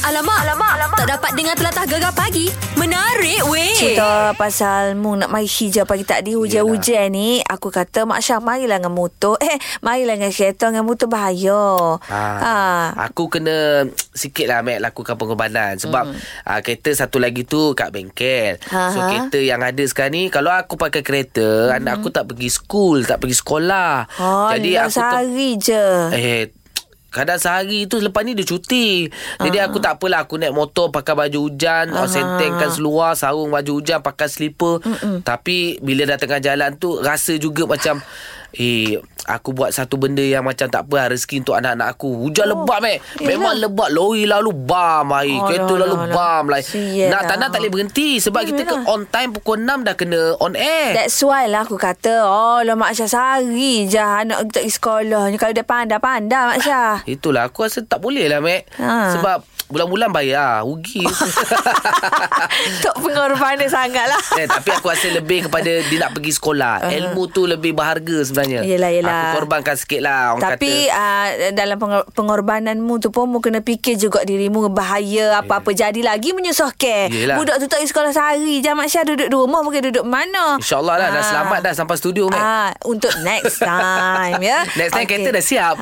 Alamak, alamak, alamak. Tak dapat dengar telatah gegar pagi. Menarik weh. Cerita pasal Mung nak mari hijau pagi tadi hujan-hujan ni. Aku kata Mak Syah marilah dengan motor. Eh, marilah dengan kereta dengan motor bahaya. Ha. Ha. Aku kena sikit lah Mac lakukan pengorbanan sebab hmm. uh, kereta satu lagi tu kat bengkel. Ha, So ha. kereta yang ada sekarang ni kalau aku pakai kereta hmm. Oh, anak aku tak pergi school, tak pergi sekolah. Ha, Jadi aku sehari je. Eh Kadang sehari tu Lepas ni dia cuti Jadi aku Ah. tak apalah Aku naik motor Pakai baju hujan uh Sentengkan seluar Sarung baju hujan Pakai slipper Mm-mm. Tapi Bila dah tengah jalan tu Rasa juga macam Eh Aku buat satu benda yang macam tak apa lah, Rezeki untuk anak-anak aku Hujan oh, lebat mek Memang lebat Lori lalu bam Alah, air Kereta lalu alah, bam lah Sial Nak tak lah. nak tak boleh berhenti Sebab kita ke on time Pukul 6 dah kena on air That's why lah aku kata Oh lah Mak Syah sehari je Anak aku tak pergi sekolah ni. Kalau dia pandai-pandai Mak Syah Itulah aku rasa tak boleh lah Mac Ha. ha. Sebab bulan-bulan bayar Rugi Tak pengorbanan sangat lah eh, Tapi aku rasa lebih kepada Dia nak pergi sekolah uh-huh. Ilmu tu lebih berharga sebenarnya Yelah, yelah. Aku korbankan sikit lah orang Tapi kata. uh, dalam pengor- pengorbananmu tu pun mu kena fikir juga dirimu bahaya apa-apa jadi lagi menyusahkan. Yelah. Budak tu tak pergi sekolah sehari je Mak Syah duduk di rumah mungkin duduk mana. InsyaAllah lah Dah Ah. selamat dah Sampai studio Mac Ah, untuk next time ya. Next time kereta dah siap.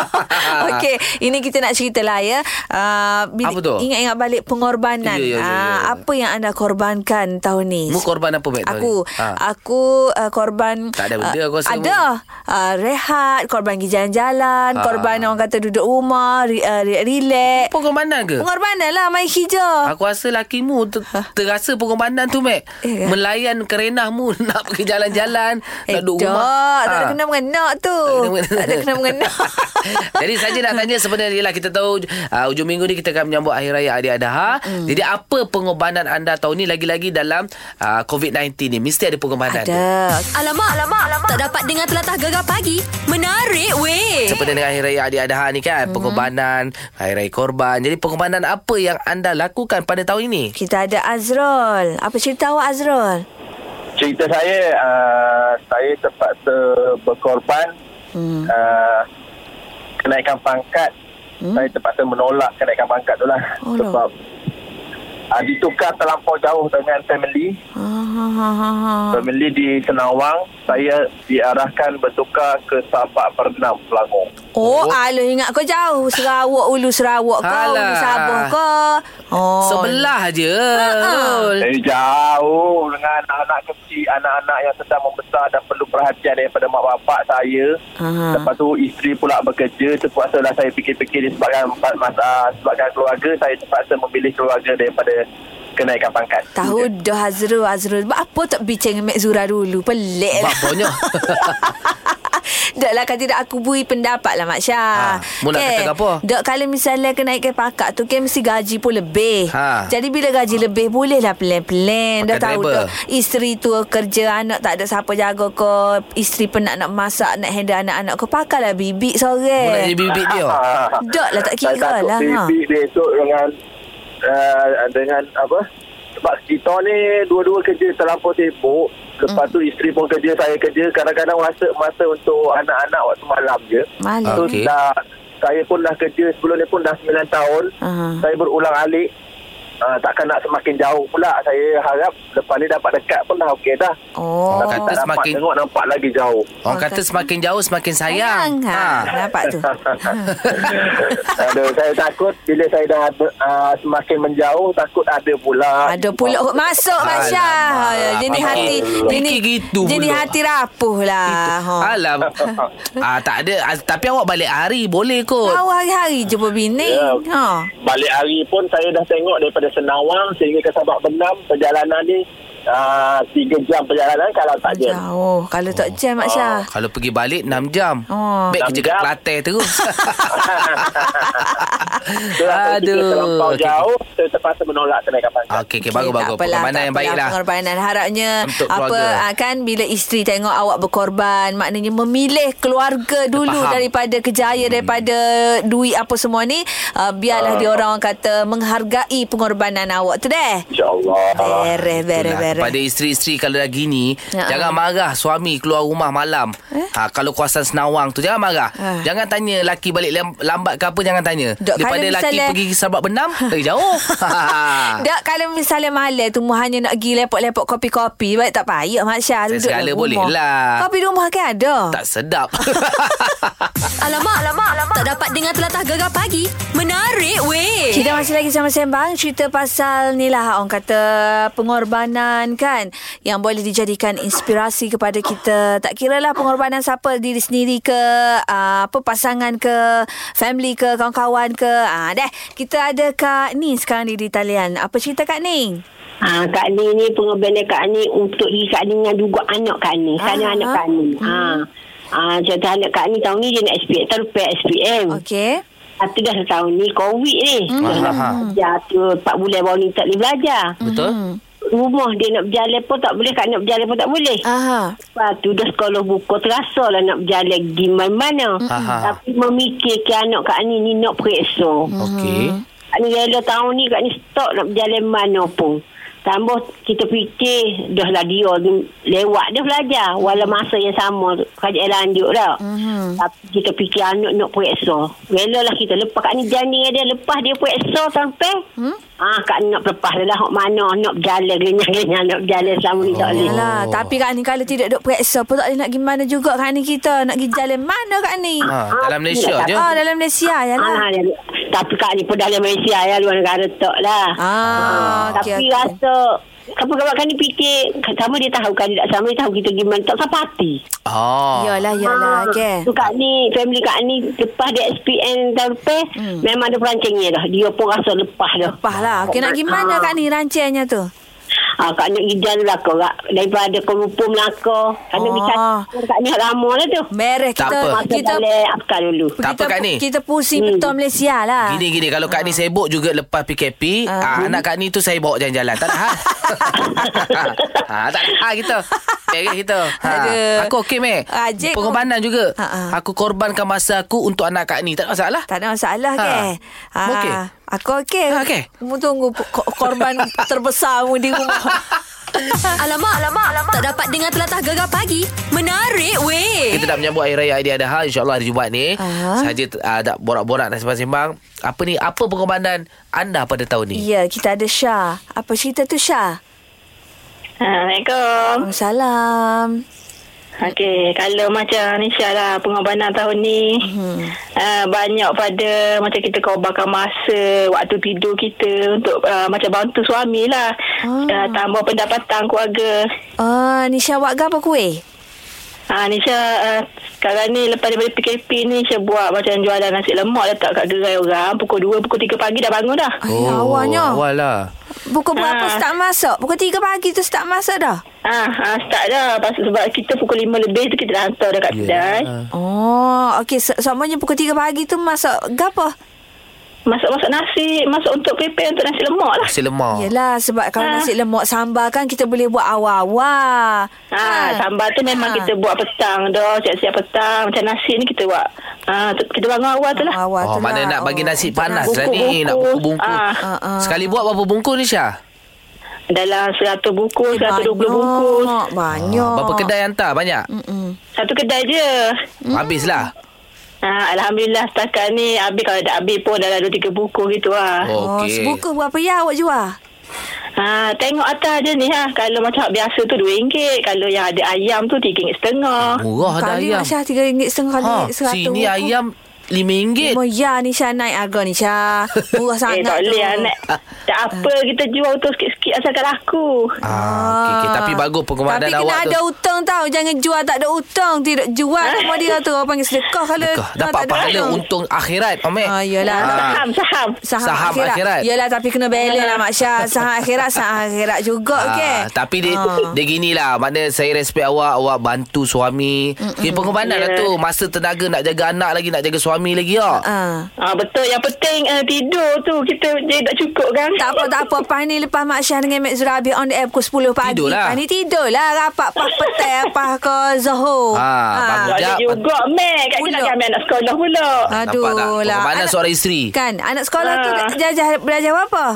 Okey, ini kita nak cerita lah ya. Uh, Apa tu? Ingat-ingat balik pengorbanan. Ya, ya, ya, Ah, ya. apa yang anda korbankan tahun ni? Mu korban apa Mac tahun Aku ni? ha. Aku uh, korban Tak ada benda ah, aku rasa Ada uh, Rehat Korban pergi jalan-jalan Ha. Korban orang kata duduk rumah re, uh, re, Relax Pengorbanan ke? Pengorbanan lah Main hijau Aku rasa lakimu ter- terasa pengorbanan tu, Mac. Ha. Eh, kan? Melayan kerenahmu nak pergi jalan-jalan, nak duduk Eh, tak, rumah. Tak ada Ah. kena mengena tu Oh, Tak ada kena mengena Jadi saja nak tanya sebenarnya lah kita tahu uh, hujung minggu ni kita akan menyambut hari raya Adi Adha. Mm. Jadi apa pengorbanan anda tahun ni lagi-lagi dalam uh, COVID-19 ni mesti ada pengorbanan. dia. Ada Alamak, alamak, alamak. Tak dapat dengar telatah gegar pagi. Menarik weh. Seperti dengan Hari Raya Adi Adha ni kan Pengorbanan Hari Raya Korban Jadi pengorbanan apa yang anda lakukan pada tahun ini? Kita ada Azrul Apa cerita awak Azrul? cerita saya uh, saya terpaksa berkorban hmm. uh, kenaikan pangkat hmm. saya terpaksa menolak kenaikan pangkat tu lah Oh, lah. sebab uh, ditukar terlampau jauh dengan family Ha, ha, ha, ha, ha. family di Senawang saya diarahkan bertukar ke Sabak Bernam Selangor Oh, oh. alah ingat kau jauh Sarawak Ulu Sarawak kau Ulu Alah. Sabah kau oh. Sebelah je. Rul. Saya jauh dengan anak-anak kecil, anak-anak yang sedang membesar dan perlu perhatian daripada mak bapak saya. Aha. Lepas tu isteri pula bekerja, terpaksalah saya fikir-fikir disebabkan masa sebabkan ah, keluarga, saya terpaksa memilih keluarga daripada kenaikan pangkat. Tahu dah Azrul Azrul Sebab apa tak bincang dengan Mek Zura dulu Pelik Bak lah bonyo. Dah lah kalau tidak aku beri pendapat lah Mak Syah Ha, mu nak Kan? kata apa? Dah kalau misalnya kenaikan pakak tu Kan mesti gaji pun lebih Ha. Jadi bila gaji lebih Boleh lah pelan-pelan Dah Pakai tahu driver. dah Isteri tu kerja Anak tak ada siapa jaga kau Isteri penat nak masak Nak handle anak-anak kau Pakailah bibik Mu nak jadi sore bibit dia. Dok lah, tak kira Saya lah, takut ha. baby dia esok dengan uh, dengan apa? Sebab kita ni dua-dua kerja terlampau sibuk. Lepas Hmm. tu isteri pun kerja, saya kerja. Kadang-kadang rasa masa untuk anak-anak waktu malam je. Malam So Okey. dah, saya pun dah kerja sebelum ni pun dah 9 tahun. Aha. Saya berulang alik. Uh, takkan nak semakin jauh pula. Saya harap lepas ni dapat dekat pun dah okey dah. Oh Kata tak dapat semakin- tengok nampak lagi jauh. Orang kata semakin jauh semakin sayang. Sayang, ha. Nampak tu Aduh, saya takut bila saya dah ada, uh, semakin menjauh takut ada pula. Ada pula hok masuk Masya. Alamak. Jenis Fikir- hati jenis fikir gitu jenis pula. hati rapuh lah. Ha. Alam. ah, tak ada. Ah, tapi awak balik hari boleh kot. Tahu hari-hari jumpa bini. Ya. Ha. Balik hari pun saya dah tengok daripada Senawang sehingga ke Sabak Benam perjalanan ni uh, 3 jam perjalanan kalau tak jam. Jauh. Kalau tak jam Mak Syah. Kalau pergi balik 6 jam. Ah. Oh. Baik kerja kat Enam jam. Kelantan terus. Aduh. Terlampau Aduh. jauh, saya terpaksa menolak kenaikan pangkat. Okey, Okey, okey, bagus-bagus. tak apalah, Pengorbanan tak yang baik apalah, lah. Pengorbanan harapnya Untuk apa keluarga. ah, kan bila isteri tengok awak berkorban, maknanya memilih keluarga dulu faham. Hmm. daripada kejaya daripada duit apa semua ni, ah, biarlah dia orang kata menghargai pengorbanan awak tu deh. InsyaAllah. Beres, beres, Itulah, beres. Pada isteri-isteri kalau dah gini, Ya. jangan marah suami keluar rumah malam. Eh? Ha, kalau kuasan senawang tu jangan marah. Ah. Jangan tanya laki balik lam- lambat ke apa jangan tanya. Dok, Daripada kalau laki misalnya- pergi sabak benam, lagi jauh. Dak kalau misalnya malam tu mu hanya nak pergi lepok-lepok kopi-kopi baik tak payah Mak Syah duduk Segala dalam boleh rumah. lah. Kopi di rumah kan ada. tak sedap. Alamak, alamak, alamak. Tak dapat dengar telatah gegar pagi. Menarik weh. Kita masih lagi sama sembang cerita pasal ni lah orang kata pengorbanan kan yang boleh dijadikan inspirasi kepada kita. Tak kira lah pengorbanan siapa diri sendiri ke ah, apa pasangan ke family ke kawan-kawan ke. Ah deh kita ada Kak Ni sekarang ni di talian. Apa cerita Kak Ni? Ha, Kak Ni ni pengorbanan Kak Ni untuk diri Kak Ni dengan juga anak Kak Ni. Kerana Ah, anak Kak Ni. Ha. Ha, contoh anak Kak Ni tahun ni dia nak SPM, terpek SPM. Okay. Okey. Tapi dah setahun ni COVID ni. Hmm. Dia Ah. nak belajar tu 4 bulan baru ni tak boleh belajar. Betul? Hmm, Rumah dia nak berjalan pun tak boleh, Kak nak berjalan pun tak boleh. Ah. Aha. Lepas tu dah sekolah buku terasa lah nak berjalan pergi mana-mana. Ah. lah. Tapi memikirkan anak Kak Ni ni nak periksa. hmm. Okey. Kak ni rela tahun ni Kak ni stop nak berjalan mana pun. Tambah kita fikir dah lah dia ni lewat dia belajar. Walau masa yang sama tu, kerajaan lanjut dah. Mhm. Tapi kita fikir anak nak periksa. Rela lah kita lepas Kak ni janji dengan dia lepas dia periksa sampai. Hmm? Ah, Kak ni nak lepas dia lah. Hak mana nak berjalan genyang-genyang nak berjalan selama ni tak boleh. Yalah, Oh. tapi Kak Ni kalau tidak duk periksa pun tak boleh nak pergi mana juga Kak Ni kita. Nak pergi jalan mana Kak Ni? Ha, dalam Malaysia je. Ah, dalam Malaysia ya lah. Ah, dia- tapi Kak ni pun dah dalam Malaysia ya luar negara tak lah. Ah, Tapi okey, okay, okey. rasa Kawan-kawan kan dia fikir Sama dia tahu kan Dia tak sama Dia tahu kita gimana Tak sampai hati Oh. Yalah, yalah, Ah, okey. Tu Kak ni Family Kak ni Lepas dia SPM tahun lepas Hmm. Memang ada perancangnya dah Dia pun rasa lepas dah Lepas lah. Okey, nak gimana Ah. Kak Ni rancangnya tu? ah, Kak ni pergi jalan Melaka Kak Daripada Kerupu Melaka Kak ni Ah. pergi cakap Kak ni lama lah tu Mereh Tak kita apa. Masa kita kita balik Afghan dulu Tak apa, kita- Kak Ni. Kita pusing hmm. betul Malaysia lah. Gini gini kalau Kak Ni sibuk juga lepas PKP, Ah. ah. anak Kak Ni tu saya bawa jalan-jalan. Tak ada hal. ha, tak ada hal kita. Merek kita. Ha. Aduh. Ah, Aku okey meh. Ajik. Pengorbanan juga. Ha, ha. Aku korbankan masa aku untuk anak Kak Ni. Tak ada masalah. Tak ada masalah Ha. ha. ke? Ha. Okey. Aku okey. Ha, okey. Mu tunggu po- ko- korban terbesarmu di rumah. Alamak, alamak, alamak. Tak dapat dengar telatah gegar pagi. Menarik weh. Eh. Kita dah menyambut Hari Raya Idea Adha InsyaAllah hari Jumat ni Ah. Saja uh, tak borak-borak dan sembang-sembang Apa ni Apa pengorbanan anda pada tahun ni ya, kita ada Syah. Apa cerita tu Syah? Ah, Assalamualaikum. Waalaikumsalam. Okey, kalau macam Nisha lah pengorbanan tahun ni hmm. uh, banyak pada macam kita korbankan masa, waktu tidur kita untuk uh, macam bantu suami lah. Ah. Uh, tambah pendapatan keluarga. Ah, Nisha buat apa kuih? Ha, Nisha uh, sekarang ni lepas daripada PKP ni Nisha buat macam jualan nasi lemak letak kat gerai orang. Pukul 2, pukul 3 pagi dah bangun dah. Oh, ya, awalnya. Awal lah Pukul Ah. berapa start masak? Pukul 3 pagi tu start masak dah? Ha, ha, start dah. Pas, sebab kita pukul 5 lebih tu kita dah hantar dah kat Ya. kedai. Ah. Hmm. Oh, okey. So, semuanya pukul 3 pagi tu masak gapa? Masak-masak nasi, masak untuk pepper untuk nasi lemak lah. Nasi lemak Yelah, sebab kalau Ha. Ah. nasi lemak sambal kan kita boleh buat awal-awal. Ha, sambal tu memang Ah. ha. kita buat petang dah, siap-siap petang. Macam nasi ni kita buat. Ha, tu- kita bangun awal tu lah. Awal Oh, tu mana lah. nak bagi nasi untuk panas nasi. lah ni Bungkus. Nak bungkus-bungkus Ah. Ah, ah. Sekali buat berapa bungkus ni Syah? Dalam 100 bungkus, 120 Eh, Banyak, bungkus. Banyak. Ah, Berapa kedai hantar? Banyak? Mm-mm. Satu kedai je. Habislah Ha, Alhamdulillah setakat ni habis kalau tak habis pun dalam 2-3 bungkus gitu lah. Oh. Oh. Oh, Okey. sebuku berapa ya awak jual? Ha, tengok atas je ni ha. Kalau macam biasa tu RM2. Kalau yang ada ayam tu RM3.5. Murah ada Kali ayam Masya RM3.5 kali ha, RM100. Sini ayam RM5 Cuma ya ni Syah naik harga ni Syah. Murah Eh, sangat tak tu. Ha. boleh anak. Tak apa, kita jual tu sikit-sikit asalkan laku. Ah, okay, okay. Tapi bagus pengorbanan Tapi kena awak ada tu utang tau. Jangan jual tak ada utang. Tidak jual semua dia tu. Orang panggil sedekah kalau Kah, tak Dapat ada pahala utang. untung akhirat Omek Ah, yelah. Saham, saham. Saham, Saham akhirat. akhirat. Yelah tapi kena balance lah Mak Syah. Saham akhirat, saham akhirat juga Ah, okey. Tapi dia, Ah. dia gini lah Maknanya saya respect awak Awak bantu suami Okay pengorbanan lah Ya. tu Masa tenaga nak jaga anak lagi Nak jaga suami lagi ya. Ah. Ah betul yang penting uh, tidur tu kita dia tak cukup kan. Tak apa, tak apa. Lepas ni lepas Mak Syah dengan Mek Zurabi on the air pukul 10 pagi. Tidur lah. Lepas ni tidur lah. Rapat pas petang, pas ke Zohor. Ada Ah, bangun Sekejap. juga Mac kat kita Pulak. nak ambil anak sekolah pula. Ah, Aduh nampak tak? lah. Pengorbanan seorang isteri. Kan, anak kan? sekolah tu Ah. belajar, belajar apa?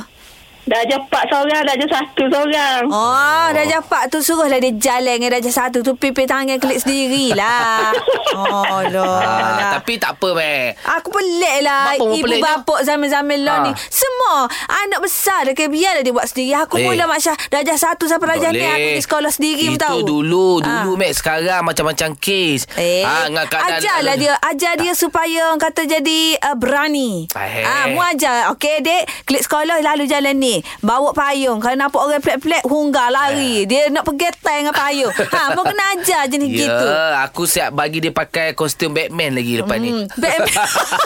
Dah je empat seorang, dah je satu seorang. Oh. Oh, dah japak tu suruhlah dia jalan dengan darjah satu tu pipi tangan kelik sendirilah. oh, loh. Ah, lah. tapi tak apa, meh. Aku pelik lah Bapa pun Ibu peliknya. bapa zaman-zaman lah Ah. ni Semua Anak besar dia kan Biarlah dia buat sendiri Aku Eh. mula Masya Darjah satu sampai darjah ni Aku pergi sekolah sendiri pun Itu tahu dulu Ah. Dulu Mac Sekarang macam-macam kes Eh, Ah, ha, ajarlah dia Ajar dia supaya Orang kata jadi uh, Berani Eh. Ah, Mu ajar Okey dek Klik sekolah Lalu jalan ni Bawa payung Kalau nampak orang pelik-pelik Hunggar lari Dia nak pergetai dengan payung ha, Mu kena ajar jenis Eh. Ya, gitu aku siap bagi dia pakai kostum Batman lagi lepas ni. Hmm, Batman.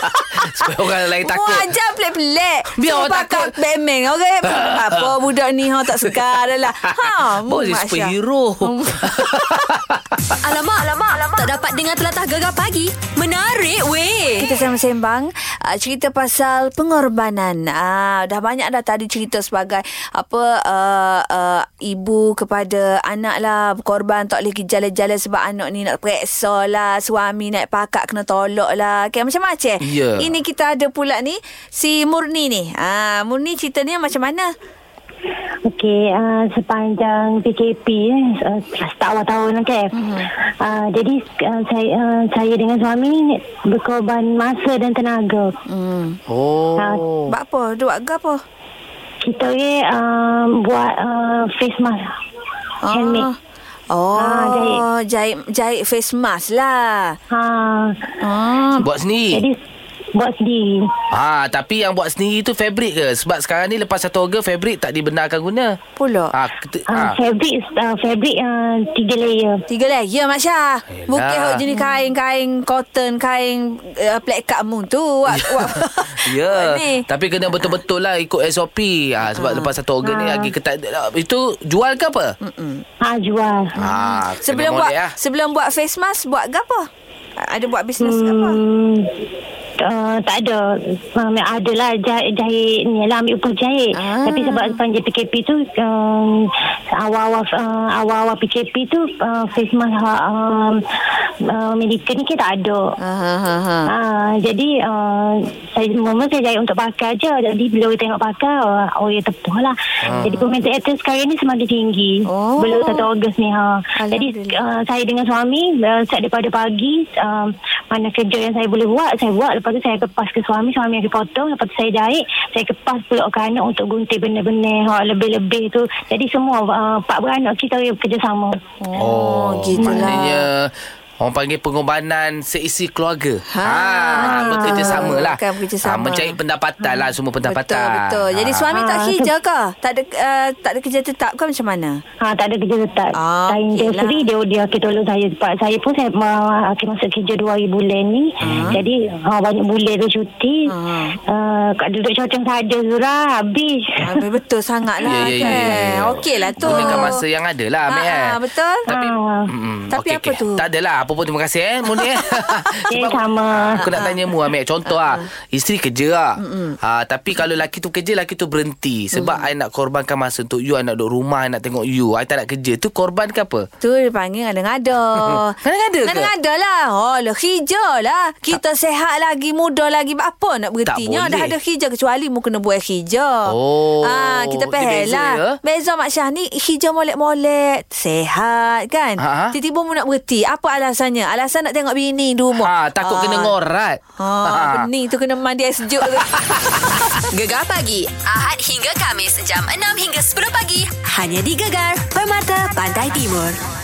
Supaya orang lain takut. Mu ajar pelik-pelik Biar Suruh orang pakai takut. Batman Orang Apa budak ni ha, Tak suka dah lah ha, mu, Boleh Masya. Hmm. superhero. Alamak, alamak, alamak. Tak dapat dengar telatah gegar pagi. Menarik weh. Kita sembang-sembang uh, cerita pasal pengorbanan. Ah dah banyak dah tadi cerita sebagai apa uh, uh, ibu kepada anak lah berkorban tak boleh pergi jalan-jalan sebab anak ni nak periksa lah, suami naik pakak kena tolak lah. Okay, macam-macam. Ya. Ini kita ada pula ni si Murni ni. Ah Murni cerita ni macam mana? Okey, uh, sepanjang PKP eh, uh, start awal tahun lah kan. Mm-hmm. Uh, jadi uh, saya uh, saya dengan suami berkorban masa dan tenaga. Hmm. oh. Buat apa? Dia buat ke apa? Kita ni uh, buat uh, face mask. Handmade. Oh, Ah, jahit. jahit jahit face mask lah. Ha, Ah, Buat sendiri. jadi buat sendiri. Ha, tapi yang buat sendiri tu fabric ke? Sebab sekarang ni lepas 1 Ogos fabric tak dibenarkan guna. pula. Ha, kita, Uh, ha. Fabric uh, fabric uh, tiga layer. Tiga lah. Ya, Mak Syah. Yelah. Bukan hok jenis kain-kain cotton, kain uh, black cut moon tu. Wak, wak, Ya, wak ni. Ah. tapi kena betul-betul lah ikut SOP. Ha, sebab lepas 1 Ogos ni lagi ketat. Itu jual ke apa? Ha, jual. Ha, kena Sebelum buat molek lah. sebelum buat face mask, buat ke apa? Ah, Ada buat bisnes hmm. apa? Hmm, uh, tak ada uh, Ada lah jahit, jahit ni lah ambil upah jahit Ah. ah. Tapi sebab panjang PKP tu um, Awal-awal uh, Awal-awal PKP tu uh, Face mask um, uh, Medical ni kan tak ada Ha, ha, ha, ha. Ah, jadi uh, saya mula saya jahit untuk pakai je. Jadi bila orang tengok pakai, uh, orang tepuh lah. Jadi permintaan atas sekarang ni semakin tinggi. Ah. Oh. Belum 1 Ogos ni. Ha. Jadi Alhamdulillah. uh, saya dengan suami, uh, start daripada pagi, um, mana kerja yang saya boleh buat, saya buat. Lepas tu saya kepas ke suami, suami akan potong. Lepas tu saya jahit, saya kepas pula ke anak untuk gunting benda-benda. Ha, lebih-lebih tu. Jadi semua uh, pak beranak kita orang bekerjasama. Oh, gitulah. Maknanya orang panggil pengorbanan seisi keluarga. Ha, Ha, bekerjasama lah. kan, bekerjasama. Ha, mencari pendapatan lah semua pendapatan. Betul, betul. Jadi Ha. suami tak Ah, kerja ke? Tak ada uh, tak ada kerja tetap ke macam mana? Ha, tak ada kerja tetap. Ah, Ah, saya okey industri dia dia akan tolong saya sebab saya pun saya ma, akan masuk kerja dua hari bulan ni. Jadi ha, banyak bulan tu cuti. Ah. Uh, kat duduk cotong saja Zura habis. Ah, betul sangat Ya, lah ya, ya, ya, ya. kan. Okey lah tu. Gunakan masa yang ada lah, Ha, Mek. eh. ha, betul. Tapi, Ah. Mm-mm. Tapi Okey, apa okey. tu? Tak adalah. Apa pun terima kasih eh, Moni eh. Ya, sama. Aku nak tanya mu Amir Contoh ah Isteri kerja ah ha, Tapi kalau lelaki tu kerja Lelaki tu berhenti Sebab Mm. I nak korbankan masa Untuk you I nak duduk rumah I nak tengok you I tak nak kerja Tu korban ke apa? Tu dia panggil ngada-ngada. Ngada-ngada ke? Ngada-ngada lah. Oh, lah hijau lah. Kita sehat lagi, muda lagi. buat Apa nak berhentinya? boleh. Dah ada hijau kecuali mu kena buat hijau. Oh, Ah, kita dia faham beza, lah. ya? Beza Mak Syah ni hijau molek-molek. Sehat kan? Ha, ha. Tiba-tiba mu nak berhenti. Apa alasannya? Alasan nak tengok bini di rumah. Ha, takut kena ngorat Ah. Ha, bening tu kena mandi air sejuk. Gegar pagi. Ahad hingga Kamis. Jam 6 hingga 10 pagi. Hanya di Gegar. Permata Pantai Timur.